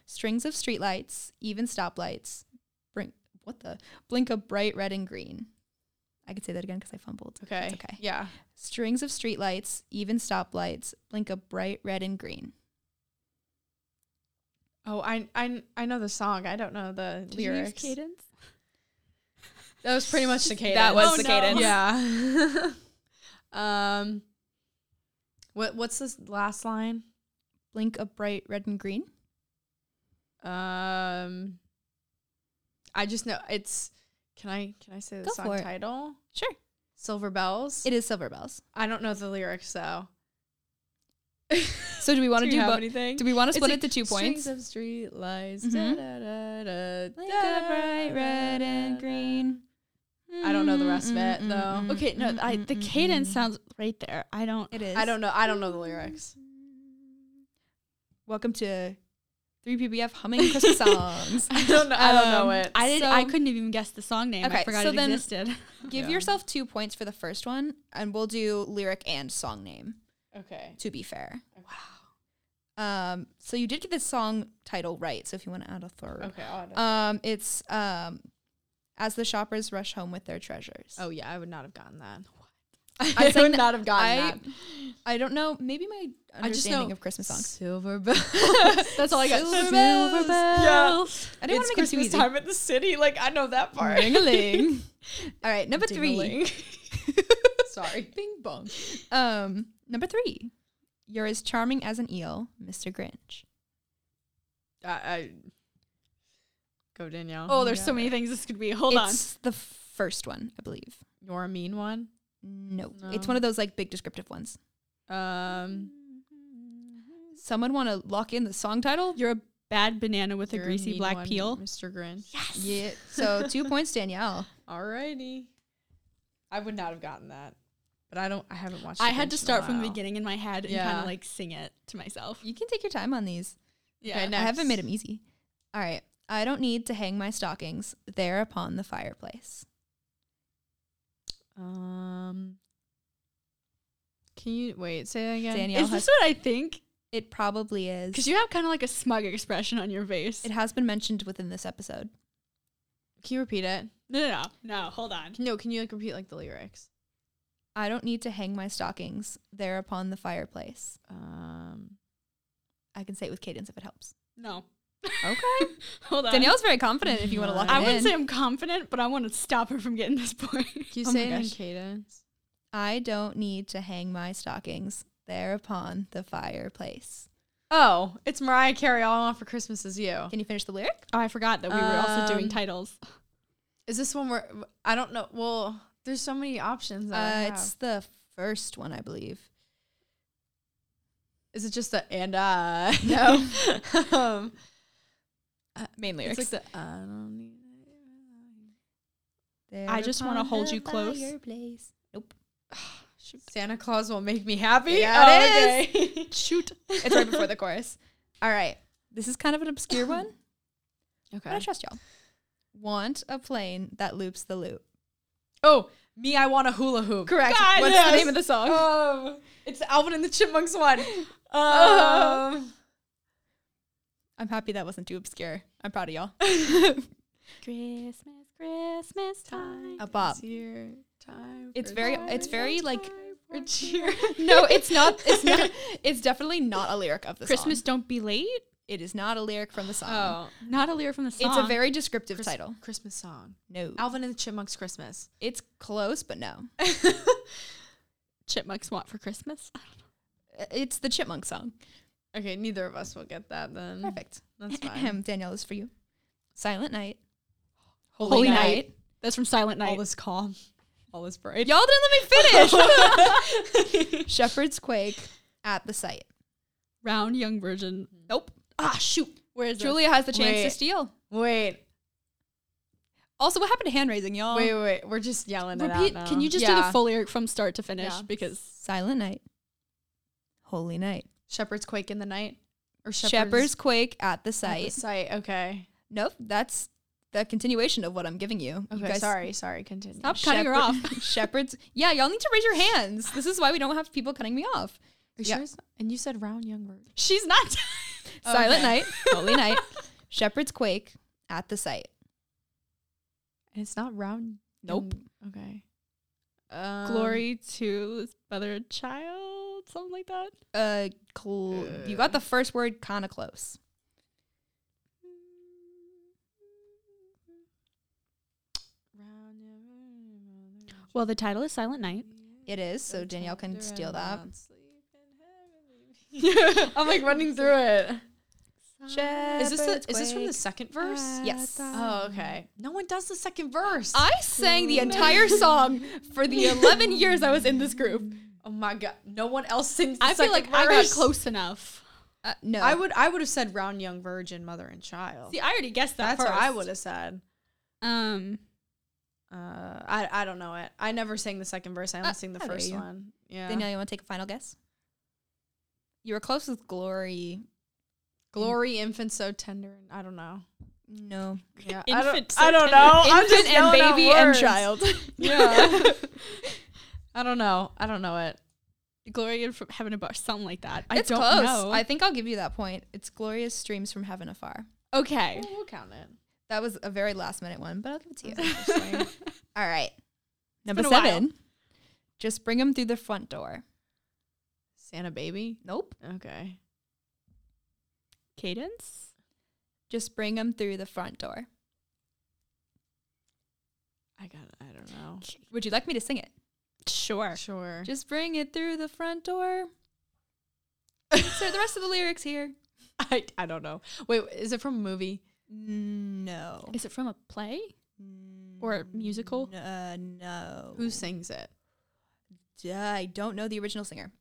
Strings of streetlights, even stoplights. Bring what the blink of bright red and green. I could say that again because I fumbled. Okay. It's okay. Yeah. Strings of streetlights, even stoplights, blink of bright red and green. Oh, I I I know the song. I don't know the Did you use lyrics. cadence? That was pretty much the cadence. Oh, was the cadence. Yeah. um. What what's this last line? Blink of bright red and green. Um. I just know it's. Can I can I say the Go for song it. title? Sure. Silver bells. It is Silver Bells. I don't know the lyrics though. So do we want to do, you have bo- anything? do we want to It's split like it to two Strings points? of street lights. Mhm. Blink of bright red and green. Mm, I don't know the rest of it, though. Okay, no, I, the cadence sounds right there. I don't. It is. I don't know. I don't know the lyrics. Welcome to 3PBF humming Christmas songs. I don't know. I don't know Um, it. I didn't. I So- couldn't have even guess the song name. I Okay, forgot so it then- existed. Give Yeah. yourself two points for the first one, and we'll do lyric and song name. okay. To be fair. Wow. Um, so you did get the song title right. So if you want to add a third, Okay. I'll add it. um, it's um, as the shoppers rush home with their treasures. oh yeah, I would not have gotten that. I I sang would th- not have gotten I- that. I don't know. Maybe my I just understanding know- of Christmas songs. Silver bells. That's all I got. Silver bells. I it's didn't want to make it too Christmas easy. time at the city. Like I know that part. Ring-a-ling. All right, number three. Ding-a-ling. Sorry. Bing bong. Um, number three. You're as charming as an eel, Mr. Grinch. I, I go Danielle. Oh, there's so many things. This could be. Hold it's the first one, I believe. You're a mean one. No, No. it's one of those like big descriptive ones. Um, Someone want to lock in the song title? on. You're a bad banana with a you're greasy mean black one, peel. Mr. Grinch. Yes. Yeah. So two points, Danielle. Alrighty. I would not have gotten that, but I don't. I haven't watched. I The had to Grinch in a start from the while. beginning in my head and kind Yeah. of like sing it to myself. You can take your time on these. Yeah. Okay, I Next. haven't made them easy. All right. I don't need to hang my stockings there upon the fireplace. Um, can you wait? Say that again. Danielle Is has- this what I think? It probably is. Because you have kind of like a smug expression on your face. It has been mentioned within this episode. Can you repeat it? No, no, no, no. Hold on. No, can you like repeat like the lyrics? I don't need to hang my stockings there upon the fireplace. Um, I can say it with cadence if it helps. No. Okay. Hold on. Danielle's very confident if you want to lock it I wouldn't in. say I'm confident, but I want to stop her from getting this point. can you Oh my say it in gosh. cadence? I don't need to hang my stockings there upon the fireplace. Oh, it's Mariah Carey. All I want for Christmas is you. Can you finish the lyric? Oh, I forgot that we were also doing Um, titles. Is this one where I don't know? Well, there's so many options. That I Uh, have. it's the first one, I believe. Is it just the and I? No. um, Uh, Main it's like the I don't need. I just wanna upon hold the you close. fireplace. Santa Claus will make me happy. Oh, Yeah, it is. Shoot. It's right before the chorus. All right. This is kind of an obscure one, but I Okay. trust y'all. Want a plane that loops the loop. Oh, me, I want a hula hoop. Correct. God, What's yes. the name of the song? Um, it's the Alvin and the Chipmunks one. Um, Oh. I'm happy that wasn't too obscure. I'm proud of y'all. Christmas, Christmas time. A bop. It's here, time. It's for very- joy, it's very, like- time for cheer. no, it's not. It's not. It's definitely not a lyric of the Christmas, song. don't be late. It is not a lyric from the song. Oh, Not a lyric from the song. It's a very descriptive Chris- title. Christmas song. No. Alvin and the Chipmunks Christmas. It's close, but no. chipmunks want for Christmas. It's the Chipmunk song. Okay, neither of us will get that then. Perfect. That's fine. Ahem, Danielle, this is for you. Silent Night. Holy, That's from Silent Night. All is calm. All is bright. Y'all didn't let me finish. Shepherds Quake at the Sight. Round young virgin. Nope. Ah, shoot. Where is Julie? Julia has the chance to Wait. steal. Wait, Also, what happened to hand raising, y'all? wait, wait. We're just yelling it out Repeat. now. Can you just do the Yeah. full lyric from start to finish? Yeah. Because Silent Night. Holy Night. shepherds quake in the night or Shepherds, Quake at the at Sight. the sight? Okay. Nope, that's the continuation of what I'm giving you. You Okay. guys- sorry. Sorry. Continue. Stop cutting her Shepherd- Shepherds. Yeah, y'all need to raise your hands. This is why we don't have people cutting me off. Are you Yeah. sure it's not- And you said round young bird. she's not. Silent Okay. night, holy night. Shepherds quake at the sight. And it's not round. Nope. young- okay. Um, Glory to his mother and child, something like that. Uh, cl- you got the first word kind of close. Round young bird. Well, the title is Silent Night. It is so The Danielle can tender steal and that. mild sleep in heavenly- I'm like running through it. Is this the, is this from the second verse? Yes. Oh, okay. No one does the second verse. I sang the entire song for the 11 years I was in this group. oh my god. No one else sings. The I feel like second I got verse. close enough. Uh, no, I would I would have said round young virgin mother and child. See, I already guessed that. That's what I first. would have said. Um, Uh, I I don't know it. I never sang the second verse. I only Uh, sang the how dare first you. one. Yeah. Danielle, you want to take a final guess? You were close with glory. Glory infant so tender and I don't know. No, Yeah. Infant so I don't, I don't tender. know. I'm infant just and yelling out baby and words. child. Yeah. I don't know. I don't know it. Gloria from Heaven Above, something like that. It's I don't close. know. I think I'll give you that point. It's glorious streams from heaven afar. okay. Well, we'll count it. That was a very last minute one, but I'll give it to you. Interesting. All right. Number been a while. seven. Just bring them through the front door. Santa baby. Nope. Okay. Cadence. Just bring them through the front door. I got. I don't know. Would you like me to sing it? Sure. Sure. Just bring it through the front door. Insert the rest of the lyrics here. I. I don't know. Wait. Is it from a movie? No. Is it from a play? Or a Mm, musical? Uh, no. Who sings it? Uh, I don't know the original singer.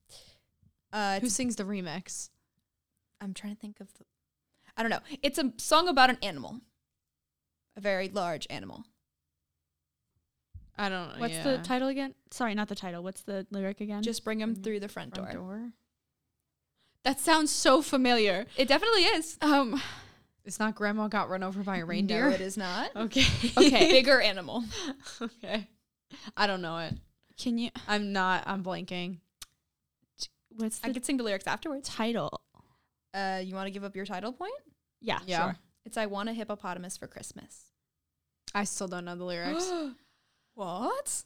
Uh, Who it's- sings the remix? I'm trying to think of the. I don't know. It's a song about an animal, a very large animal. I don't. What's the title again? Sorry, not the title. What's the lyric again? Just bring them Bring 'em through the front, door. door? that sounds so familiar. It definitely is. Um, It's not grandma got run over by a Reindeer? reindeer. No, it is not. Okay. Bigger animal. okay. I don't know it. Can you? I'm not. I'm blanking. What's the I could sing the lyrics afterwards. title? Uh, you want to give up your title point? Yeah. Yeah. sure. It's I want a hippopotamus for Christmas. I still don't know the lyrics. what?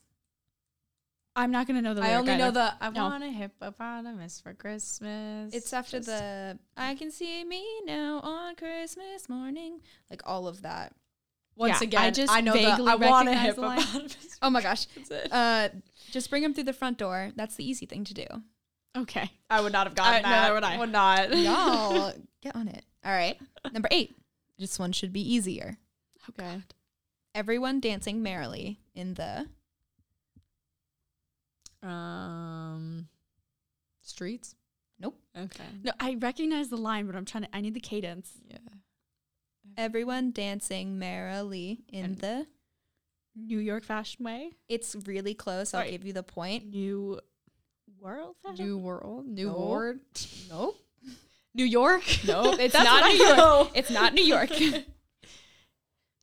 I'm not gonna know the. I lyric only know either. the I No. want a hippopotamus for Christmas. It's after Just- the I can see me now on Christmas morning. Like all of that. once Yeah, again. I just I know the vaguely I want a recognize the line. hippopotamus. Oh my gosh. That's it. Uh, just bring them through the front door. That's the easy thing to do. Okay. Uh, I would not have gotten gotten that. that. Would not. Y'all get on it. All right. Number eight. This one should be easier. Okay. Everyone dancing merrily in the Um, streets. Nope. Okay. No, I recognize the line, but I'm trying to. I need the cadence. Yeah. everyone dancing merrily in And- the. New York Fashion Way. It's really close. I'll Right. give you the point. New World Fashion. New world. New No. ward. Nope. New York. No, it's That's not what New I York. know. It's not New York.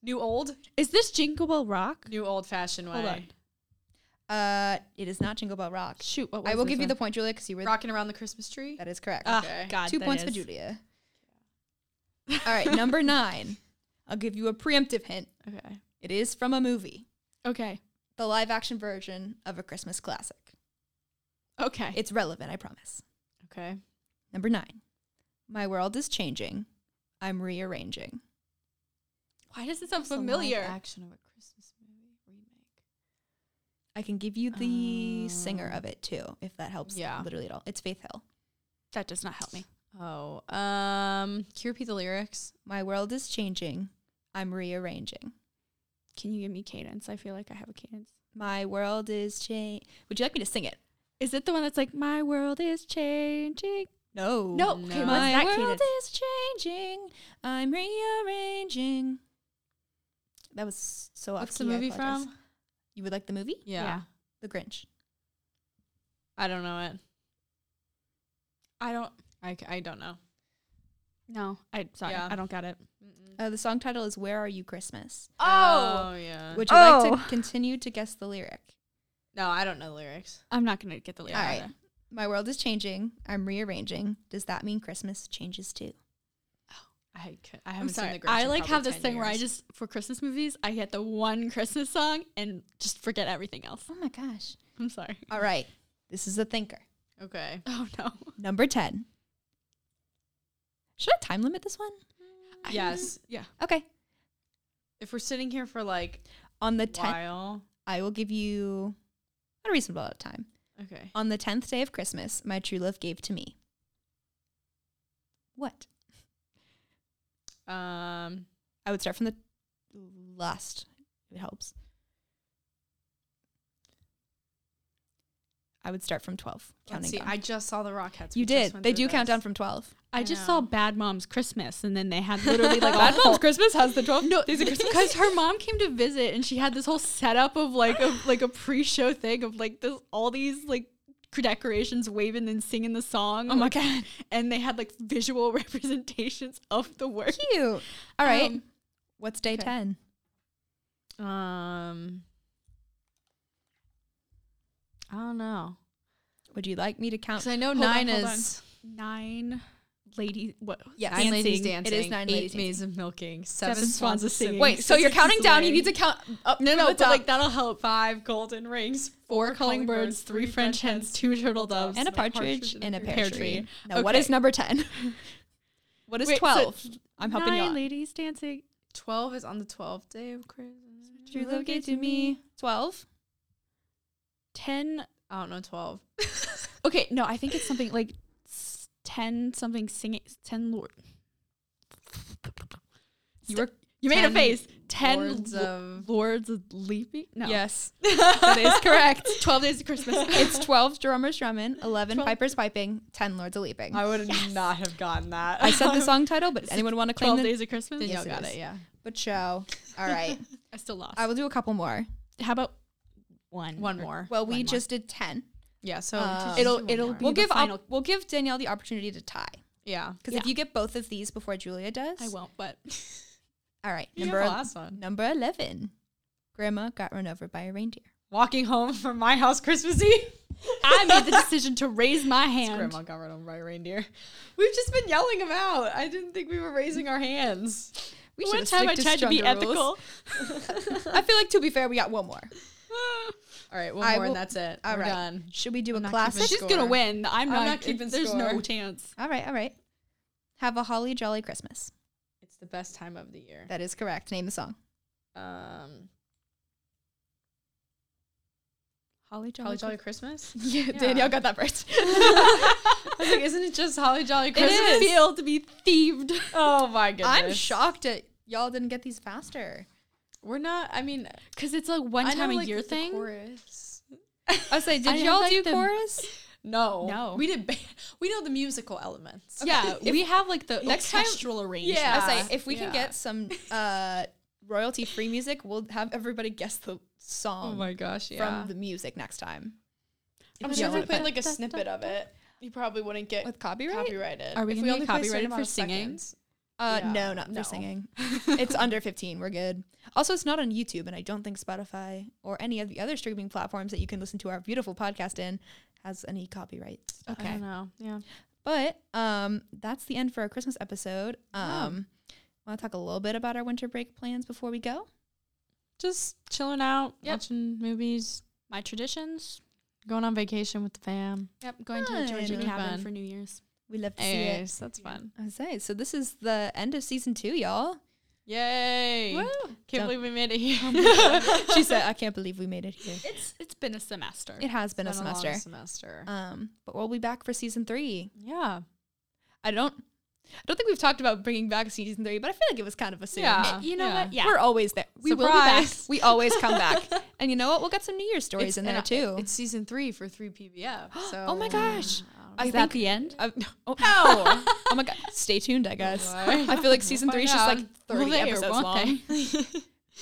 New old. Is this Jingle Bell Rock? New old fashioned Hold way. uh, it is not Jingle Bell Rock. Shoot, what was I will this give you one? the point, Julia, because you were Rocking around the Christmas tree. that is correct. Ah, Okay. God, Two that points for is- Julia. All right, number nine. I'll give you a preemptive hint. Okay. It is from a movie, Okay, the live action version of a Christmas classic. okay. It's relevant, I promise. Okay. Number nine. My world is changing. I'm rearranging. Why does it sound The live familiar? action of a Christmas movie remake. I can give you the Oh. singer of it too, if that helps. Yeah. Literally at all. It's Faith Hill. That does not help me. Oh. Um. Can you repeat the lyrics? My world is changing. I'm rearranging. Can you give me cadence? I feel like I have a cadence. My world is changing. Would you like me to sing it? Is it the one that's like my world is changing? No. No, No. okay, what's My that world cadence? is changing. I'm rearranging. That was so off What's the key, I movie apologize. from? You would like the movie? Yeah. Yeah. The Grinch. I don't know it. I don't. I, c- I don't know. No, I sorry, Yeah. I don't got it. Uh, the song title is "Where Are You Christmas." Oh. yeah. Would you like Oh. to continue to guess the lyric? no, I don't know the lyrics. I'm not gonna get the lyric. All right. either. My world is changing. I'm rearranging. Does that mean Christmas changes too? I, c- I I'm haven't seen sorry. the Grinch. I in like probably have this 10 thing where I years. just for Christmas movies I get the one Christmas song and just forget everything else. Oh my gosh! I'm sorry. All right, this is a thinker. Okay. Oh no. Number ten. Should I time limit this one? I- Yes. yeah. Okay. If we're sitting here for like On the a tenth, while. I will give you a reasonable amount of time. Okay. On the tenth day of Christmas, my true love gave to me. What? Um. I would start from the last. It helps. I would start from 12, Let's counting see. down. I just saw the Rockettes. you We just did. went They through do count this. down from 12. I I just know. saw Bad Mom's Christmas, and then they had literally like a whole- Christmas has the 12 No, because her mom came to visit, and she had this whole setup of like a like a pre-show thing of like this all these like decorations waving and singing the song. Oh my like, God. And they had like visual representations of the work. Cute. All right. Um, What's day okay. 10? Um. I don't know. Would you like me to count? Because I know Hold on, nine hold is Nine ladies, what? Yes. nine ladies Dancing. dancing. It is nine eight ladies dancing. maids of milking. Seven, swans swans a of singing. singing. Wait, so you're Six is counting down. You late. need to count up. No, from no, the but top. like that'll help. five golden rings, Four calling birds, three French hens, two turtle doves, and and a a partridge partridge and a pear pear tree. tree. Now, what is Okay. number 10? what is Wait, so 12? I'm helping nine you out. ladies dancing. Twelve is on the twelfth day of Christmas. True love gave to me 12. Ten. I don't know twelve. Okay, no, I think it's something like s- ten something singing. Ten lord. You were You made a 10 face. Ten Lords lo- of lords of leaping. No. Yes. that is correct. Twelve days of Christmas. It's 12 drummers drumming, 11 Twelve. pipers piping, 10 lords a leaping. I would not have gotten that. I said the song title, but anyone want to claim Twelve it? days of Christmas. Danielle Yes, it got is. it. Yeah. But show. All right. I still lost. I will do a couple more. How about one? One more. Well, we One more. just did 10. Yeah. So Um, just It'll- do one uh, it'll more. be- We'll the give final- op- we'll give Danielle the opportunity to tie. Yeah. Because if Yeah. you get both of these before Julia does, I won't, but All right, You number have the last one. number eleven. Grandma got run over by a reindeer. Walking home from my house Christmas Eve. I made the decision to raise my It's hand. Grandma got run over by a reindeer. We've just been yelling them out. I didn't think we were raising our hands. We One should've time I stick tried to be stronger rules. ethical. I feel like to be fair, we got one more. All right, one I more will- and that's it. All we're right. done. Should we do a not classic? keeping She's gonna score. win. I'm, not, not keeping There's no score. chance. All right, all right. Have a holly jolly Christmas. It's the best time of the year. That is correct. Name the song. Um, Holly Holly Jolly Christmas. Yeah, Yeah. Danielle got that first. I was like, isn't it just Holly Jolly It Christmas? doesn't feel to be thieved. Oh my goodness! I'm shocked that y'all didn't get these faster. We're not. I mean, Because it's like one I time know, a like, year the thing. chorus. I was I like, did have, y'all like, do the- chorus? No, No. We did. Ba- we know the musical elements. Yeah, we have like the Next time- orchestral arrangement. I Yeah. was like, if we Yeah. can get some uh, royalty free music, we'll have everybody guess the Oh song my gosh! Yeah. from the music next time. I'm If sure y'all if we played put- like a snippet of it, you probably wouldn't get with copyright. copyrighted. Are we If gonna get only play a certain copyrighted for amount of singing? seconds. Uh, Yeah, no, not no. for singing. it's under 15. We're good. Also, it's not on YouTube, and I don't think Spotify or any of the other streaming platforms that you can listen to our beautiful podcast in has any copyrights. I don't know. Yeah. But um, that's the end for our Christmas episode. Oh. Um, Want to talk a little bit about our winter break plans before we go? Just chilling out, Yep. watching movies, my traditions. going on vacation with the fam. Yep, going to the Fun. Georgia Really cabin fun. for New Year's. We love to see it. Anyways, that's fun. I say. So this is the end of season two, y'all. Yay! Don't- Can't believe we made it here. she said, "I can't believe we made it here." It's it's been a semester. It has been a semester. semester. Um, but we'll be back for season three. yeah. I don't. I don't think we've talked about bringing back season three, but I feel like it was kind of assumed. Yeah. Eh, you know Yeah. what? Yeah, We're always there. We Surprise. will be back. We always come back. And you know what? We'll get some New Year's stories in there and I- too. It's season three for three PBF. So oh my gosh. I is that think- the end? I- no. oh, Oh. oh my god. Stay tuned, I guess. Why? I feel like season We'll three is just find like out. 30 Will they or episodes won't long. they?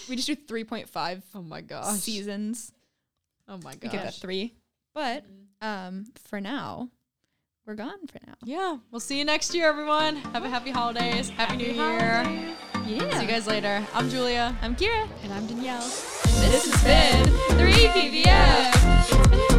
We just do 3.5 oh my gosh. seasons. Oh my We gosh. Mm-hmm. give that three. But um, for now, we're gone for now. Yeah. We'll see you next year, everyone. Have a happy holidays. Happy, New Year. Yeah. See you guys later. I'm Julia. I'm Kira. And I'm Danielle. This has been 3 PBF. It's been